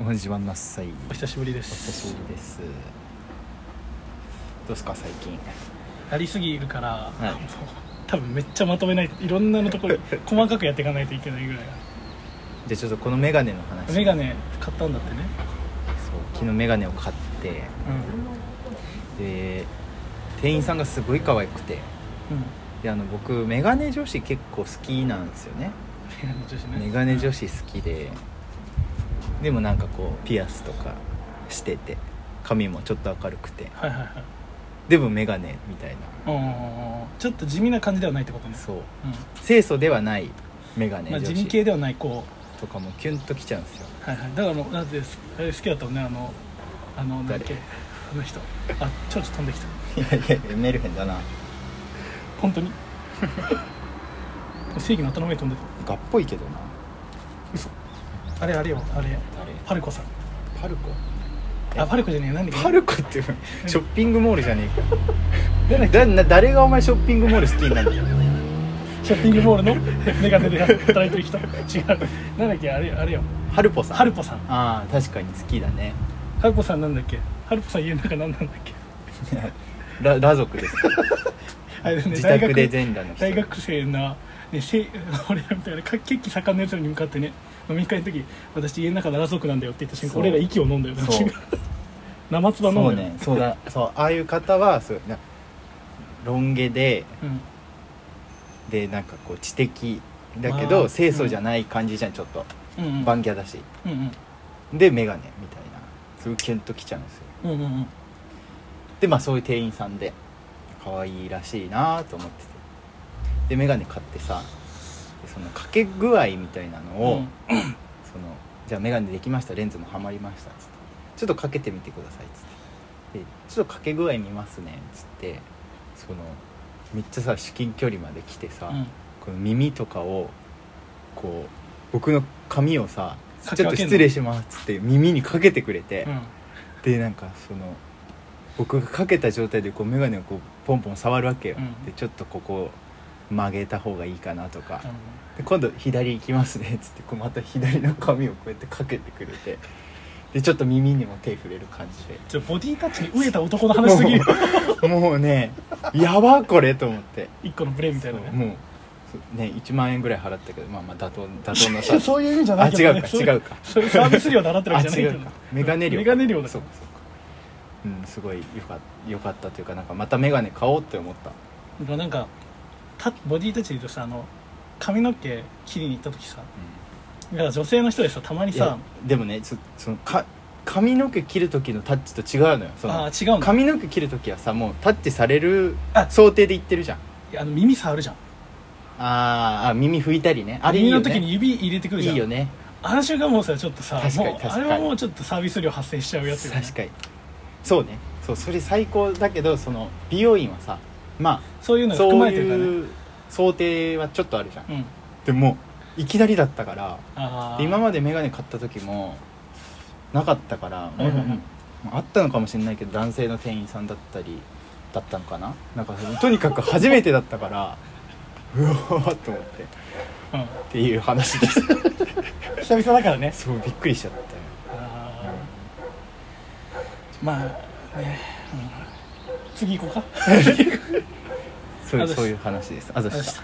おはじまんなさいお久しぶりでお久しすぶりですどうですか最近やりすぎるから、いもう多分めっちゃまとめないといろんなのところ 細かくやっていかないといけないぐらいじゃあちょっとこのメガネの話メガネ買ったんだってねそう昨日メガネを買ってうんで店員さんがすごい可愛くてうんであの僕メガネ女子結構好きなんですよねメガネ女子ねメガネ女子好きででもなんかこうピアスとかしてて髪もちょっと明るくてはいはいはいでもメガネみたいうんうんうんちょっと地味な感じではないってことねな、そうう清楚ではないメガんネまあ、女地味系子ではないことかもキュンときちゃうんですようはいはいだからもうだってすあれ好きだったもんねあのあのなんだっけ誰あの人あちょっと飛んできたいやいやいや メルヘンだな本 当に正義の頭の上に飛んでがっぽいけどなたあれあれよあれ誰パルコさんパルコあパルコじゃねえ何だっけパルコ ってショッピングモールじゃねえか誰だな誰がお前ショッピングモール好きになるのショッピングモールの メガネで働いてる人違うなんだっけあれあれよハルポさんハルポさんああ確かに好きだねハルポさんなんだっけハルポさん家の中何なんだっ けララ族ですかあれだよね自宅で大学全裸の人大学生な、ね、せ 俺らみたいなか血気盛んなやつらに向かってね飲み会の時私家の中でラ族なんだよって言った瞬そ間う俺ら息を飲んだよねそう 生唾飲んそだようねそうだそうああいう方はそうなロン毛でうんでなんかこう知的だけまどあ清楚じゃない感じじゃんちょっとうんうんバンギャだしうんで眼鏡みたいなすごいキュンときちゃうんですようんうんうんうんでまあそういう店員さんで可愛いらしいなと思っててで眼鏡買ってさでそのかけ具合みたいなのを、うんそのじゃあ眼鏡できましたレンズもはまりましたっつってちょっとかけてみてくださいっつってでちょっとかけ具合見ますねっつってそのめっちゃさ至近距離まで来てさ、うんこの耳とかをこう僕の髪をさかちきょっ分とけんの失礼しますっつって耳にかけてくれて、うんでなんかその僕がかけた状態でこう眼鏡をこうポンポン触るわけよ、うんでちょっとここ曲げた方がいいかなとかあ、ので今度左行きますねっつってこうまた左の髪をこうやってかけてくれてでちょっと耳にも手触れる感じでちょボディタッチに飢えた男の話すぎるもう ねやばこれと思って一個のブレみたいなねもうそうね1万円ぐらい払ったけどまあまあ妥当妥当ないや さそういう意味じゃなあいけど、違ね、うかそう違うかそういうサービス料で払ってるわあけじゃ違ないけうどかメガネ量メガネ量だそかうかそうかうんすごいよかよかったというかなんかまたメガネ買おうって思ったらなんかたボディタッチで言うとさあの髪の毛切りに行った時さだから女性の人でさたまにいやさでもねそそのか髪の毛切る時のタッチと違うのよそのあー違うんだ髪の毛切る時はさもうタッチされるあ想定で言ってるじゃんいやあの耳触るじゃんあーあ耳拭いたりねあれいい耳よのね時に指入れてくるいじゃんいよねあの瞬間もうさちょっとさ確かにもう確かあにれはもうちょっとサービス料発生しちゃうやつよ、ね、確かにそうねそうそれ最高だけどその美容院はさまそういうのあがそ含まうれてるからねいう想定はちょっとあるじゃんうんでもいきなりだったからあで今ままで眼鏡買った時もなかったから、いはいはいうんあったのかもしれないけど男性の店員さんだったりだったのかななんかとにかく初めてだったから うわーっと思ってっていう話です うん、久々だからねすごいびっくりしちゃったよあーまあね、うん次行こうかそういあうざしたそういう話ですあざした